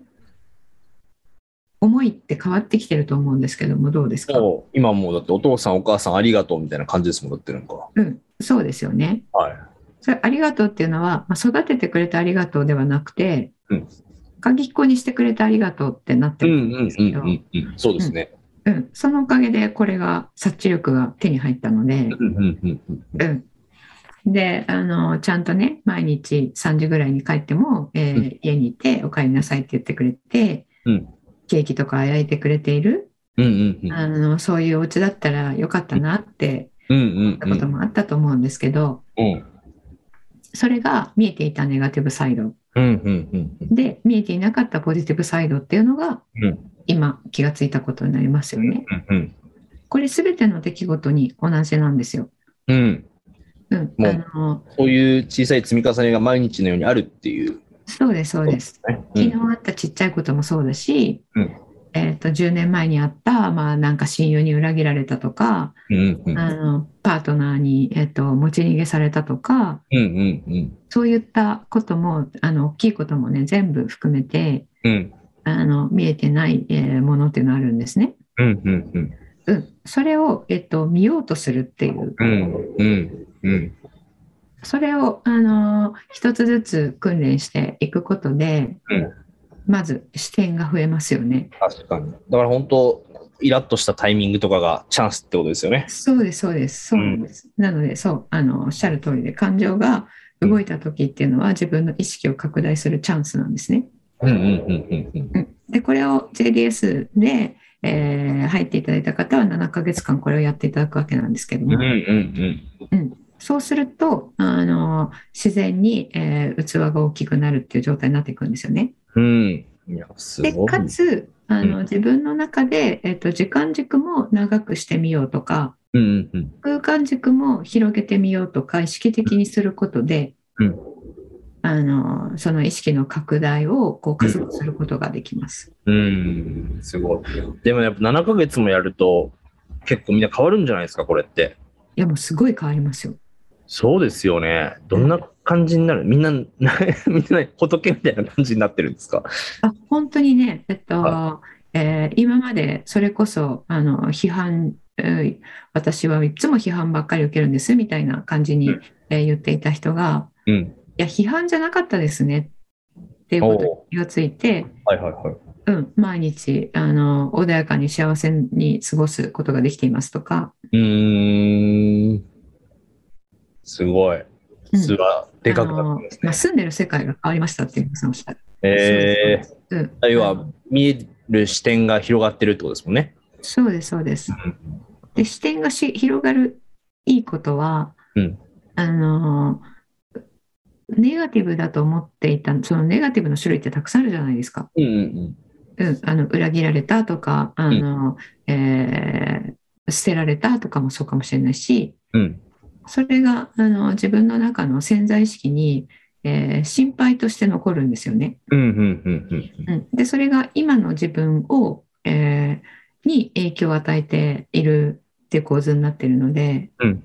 思いって変わってきてると思うんですけどもどうですか
そう今もうだってお父さんお母さんありがとうみたいな感じですもんだってなんか。
うん、そうですよね。
はい。
それありがとうっていうのは、まあ、育ててくれてありがとうではなくて、
うん
鍵っ子にしてくれてありがとうってなって
うん
る
うんん
です
う
け
ん
ど、
うんうん。そうですね。
うんそのおかげでこれが察知力が手に入ったので、
うんうんうんうん。
うん、であのちゃんとね毎日3時ぐらいに帰っても、えー
うん
家にいて「お帰りなさい」って言ってくれて、
うん
ケーキとか焼いてくれている、
うんうんうん。
あのそういうお家だったらよかったなって
うんう
思
ん
っ
う
たこと
ん。
もあったと思うんですけど、
うん
それが見えていたネガティブサイド
うんうんうんうん。
で見えていなかったポジティブサイドっていうのが、
うん
今気がついたことになりますよね。
うん
これ全ての出来事に同じなんですよ。
うんう
う
ん。
ん、
もう
あの
そういう小さい積み重ねが毎日のようにあるっていう。
そうですそうです。
ね
昨日あったちっちゃいこともそうだし、
うん
えー、と10年前にあった、まあ、なんか親友に裏切られたとか、
うんうんうん。
あのパートナーに、えー、と持ち逃げされたとか
うんうん
そういったこともあの大きいこともね全部含めて
うん。うん
あの見えてない、えーものっていうのがあるんですね。
うんうんうん。
うん、それを、えっと、見ようとするっていう、
うんうんうん
それを、あのー一つずつ訓練していくことで、
うん
まず視点が増えますよね。
確かにだから本当イラッとしたタイミングとかがチャンスってことですよね
そうです、そうです、そうなんです。なので、そう、あの、おっしゃる通りで、感情が動いた時っていうのは、自分の意識を拡大するチャンスなんですね。
うんうんうんうん
うん、で、これを JDS で、えー入っていただいた方は、7ヶ月間これをやっていただくわけなんですけど
うん
も、
うんうん
そうすると、あの、自然に、えー器が大きくなるっていう状態になっていくんですよね。
うんうんいやす
で、
ごい
かつ、あ
う
の、自分の中で、えっと、時間軸も長くしてみようとか、
うんうん
空間軸も広げてみようとか、意識的にすることで、
うん
あの、その意識の拡大を、こう、加速することができます。
うんすごいでもやっぱ7ヶ月もやると結構みんな変わるんじゃないですかこれって
いや、もうすごい変わりますよ。
そうですよねどんな感じになるみんななみんな仏みたいな感じになってるんですか
あ、本当にね、えっと、
は
えー今までそれこそ、あの、批判、えー私はいつも批判ばっかり受けるんですみたいな感じに、
うん
えー言っていた人が、
うん
いや、批判じゃなかったですねっていうことに
おう
気がついて、
はいはいはい
うん、毎日あの穏やかに幸せに過ごすことができていますとか、
うーんすごい
うん
器でかくな
あの
ってます
ま
ね
あ、住んでる世界が変わりましたっていうさんおっしゃる。
えー、
そうです
要
う
は
ん
見える視点が広がってるってことですもんね。
そうです、そうです。で視点がし広がるいいことは、
うん
あのネガティブだと思っていたそのネガティブの種類ってたくさんあるじゃないですか、
うんうん
うん、あの裏切られたとかあの、えー捨てられたとかもそうかもしれないし
うん。うん
それがあの自分の中の潜在意識に、えー心配として残るんですよね。
うんうんうん
うん、でそれが今の自分を、えーに影響を与えているっていう構図になっているので、
うん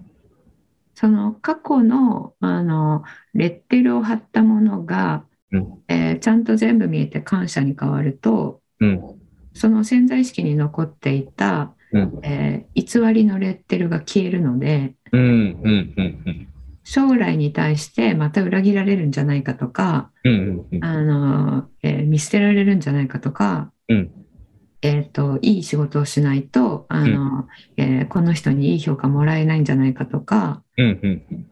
その過去のあのレッテルを貼ったものが、
うん
えーちゃんと全部見えて感謝に変わると
うん
その潜在意識に残っていた、
うん
えー偽りのレッテルが消えるので
うんうんうんうん
将来に対してまた裏切られるんじゃないかとか
うんうん
あの、えー見捨てられるんじゃないかとか、
うん
えっ、と、いい仕事をしないと、あの、えーこの人にいい評価もらえないんじゃないかとか、
うん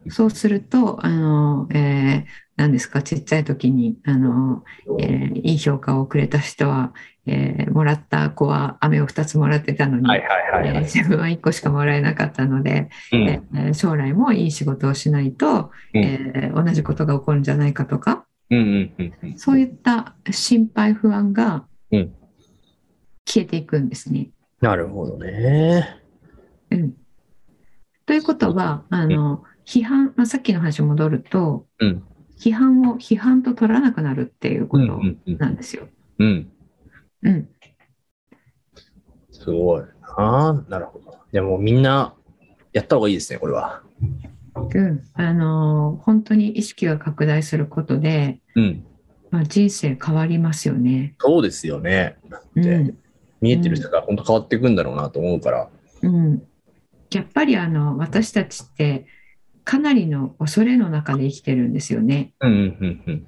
うん
そうすると、あの、えー何ですか、ちっちゃい時に、あの、えーいい評価をくれた人は、えーもらった子は飴を2つもらってたのに、
はいはいはい
えー
はい。
自分は1個しかもらえなかったので、
う
え
ん
ー将来もいい仕事をしないと、
うん
えー同じことが起こるんじゃないかとか、
うんうんうん
そういった心配不安が
うん
消えていくんですね。
なるほどね。
うん、ということはあの批判、まあ、さっきの話に戻ると
うん
批判を批判と取らなくなるっていう
う
こ
んう
と
んうん
なんですよ。
うん。
うん、
すごいな。なるほど。でもみんなやった方がいいですね、これは。
うん、あの本当に意識が拡大することで、
うん。
まあ、人生変わりますよね。
そうですよね。
うん
見えてる人が本当変わっていくんだろうなと思うから。
うん、やっぱりあの私たちってかなりの恐れの中で生きてるんですよね。
うんうんうん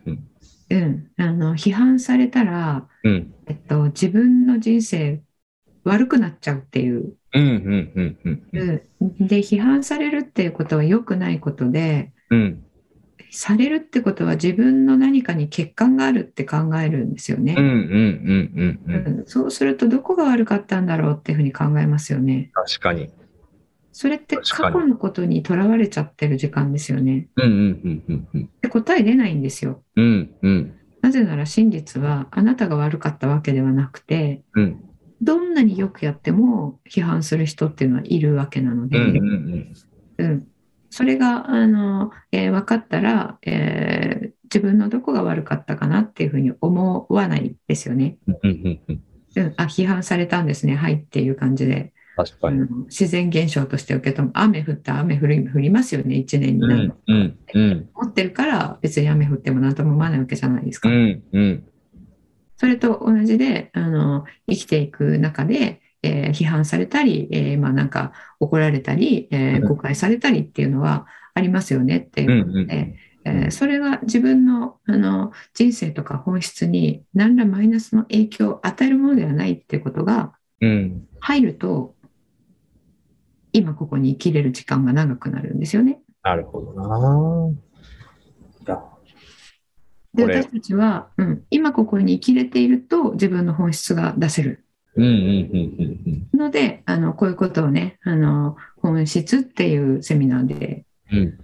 う
う
ん
ん、あの批判されたら
うん。うん
えっと、自分の人生悪くなっちゃうっていう、
うんうんうんうん。
で批判されるっていうことは良くないことで、
うん。
されるってことは自分の何かに欠陥があるって考えるんですよ
うんうん
ね。
うんうんうん。
うんそうするとどこが悪かったんだろうっていうふうに考えますよね。
確かに。
それって
確か
過
に
去のことにとらわれちゃってる時間ですよね。
うんうんうんうん
で答え出ないんですよ。
うん。うんうん
なぜなら真実はあなたが悪かったわけではなくて
うん
どんなによくやっても批判する人っていうのはいるわけなので、
うんうん
うん、それがあの、えー分かったら、えー自分のどこが悪かったかなっていうふうに思わないですよね。
うんうんうん。
うん、あ批判されたんですねはいっていう感じで、
確か
あ
に。
の自然現象として受け止め雨降った雨降り降りますよね1年に
う
何
ん
度
うんうん
持ってるから別に雨降っても何とも思わないわけじゃないです
う
か。
んうん。
それと同じであの生きていく中で、えー批判されたり、えーまあ、なんか怒られたり、えー
うん
誤解されたりっていうのはありますよねっていううんこと
う
で、
んうん。
えーそれが自分のあの人生とか本質に何らマイナスの影響を与えるものではないっていうことが
うん。
入ると今ここに生きれる時間が長くなるんですよね。
なるほどな。いや
で
これ
私たちは、うん、今ここに生きれていると自分の本質が出せる。
うんうんうんうん
のであのこういうことをねあの本質っていうセミナーで
うん。うん。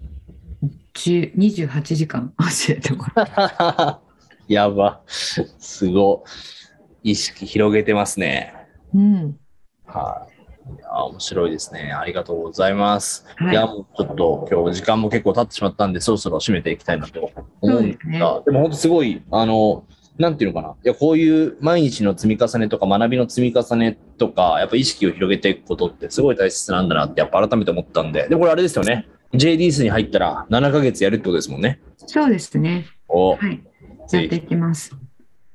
10 28時間 教えてもらう
やば。すご。意識広げてますね。
うん
はい。いやー、面白いですね。ありがとうございます。
はい
い、や、もうちょっと今日時間も結構経ってしまったんで、そろそろ締めていきたいなと思うんですが、でも本当すごい、あの、なんていうのかな。いや、こういう毎日の積み重ねとか学びの積み重ねとか、やっぱ意識を広げていくことってすごい大切なんだなって、やっぱ改めて思ったんで。で、これあれですよね。JDS に入ったら7ヶ月やるってことですもんね。
そうですね
お
はいや
ぜひ
っていきます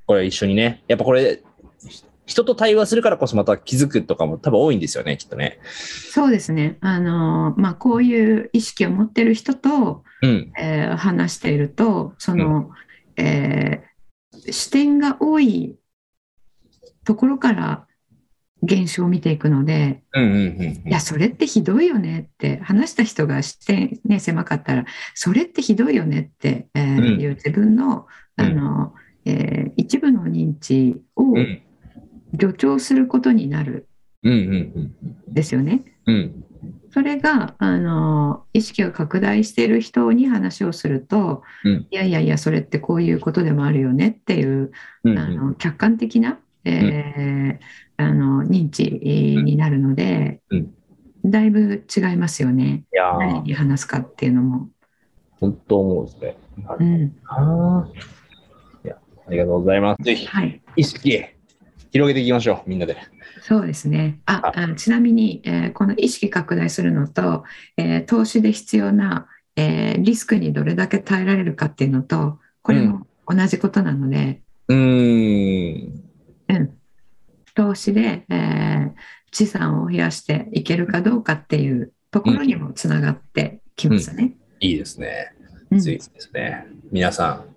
これ一緒にね。やっぱこれ、ひ人と対話するからこそまた気づくとかも多分多いんですよね、きっとね。
そうですねあのまあこういう意識を持ってる人と、
うん。
えー話しているとその、えー視点が多いところから現象を見ていくので、
うんうんうんうん
いや、それってひどいよねって、話した人が視点、ね、狭かったら、それってひどいよねって、えー
うん
いう自分の
うん
あの、えー一部の認知を
うん
助長することになる
うんうん
んですよね。
うんうん
それがあの意識を拡大している人に話をすると、
うん
いやいやいや、それってこういうことでもあるよねっていう、
うん
あの客観的な、えーあの認知になるので、
うん
だいぶ違いますよね。
いや
何
ー、
に話すかっていうのも、
本当思うですね。な
う
る
ん、
ほどな。いや、ありがとうございます。ぜひ、
はい
意識、広げていきましょう、みんなで。
そうですねああちなみに、えーこの意識拡大するのと、えー投資で必要な、えーリスクにどれだけ耐えられるかっていうのとこれも同じことなので、
うーん。
うん投資で、えー資産を増やしていけるかどうかっていうところにもつながってきますね。
いいですね。
うん
ぜひですね。皆さん、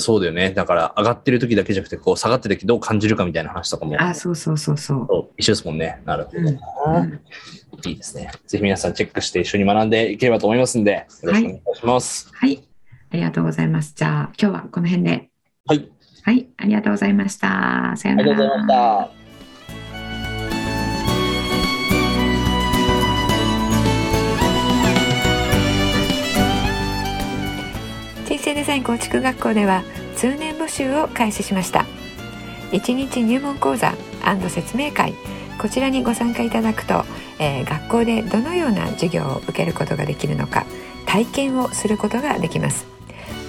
そうだよね。だから、上がってる時だけじゃなくて、こう、下がってる時どう感じるかみたいな話とかも、
あそうそうそうそう。
そう一緒ですもんね。なるほど
うん
な。
うん
いいですね。ぜひ皆さんチェックして一緒に学んでいければと思いますんで、よろしくお願いします。
はいありがとうございます。じゃあ今日はこの辺で。
はい、
はい、ありがとうございました。さよ
あ
うな
り
ら。
がとうございました。
人生デザイン構築学校では通年募集を開始しました1日入門講座説明会こちらにご参加いただくと、えー学校でどのような授業を受けることができるのか体験をすることができます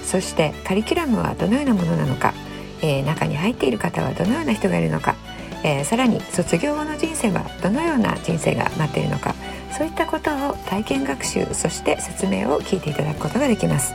そしてカリキュラムはどのようなものなのか、えー中に入っている方はどのような人がいるのか、えーさらに卒業後の人生はどのような人生が待っているのかそういったことを体験学習そして説明を聞いていただくことができます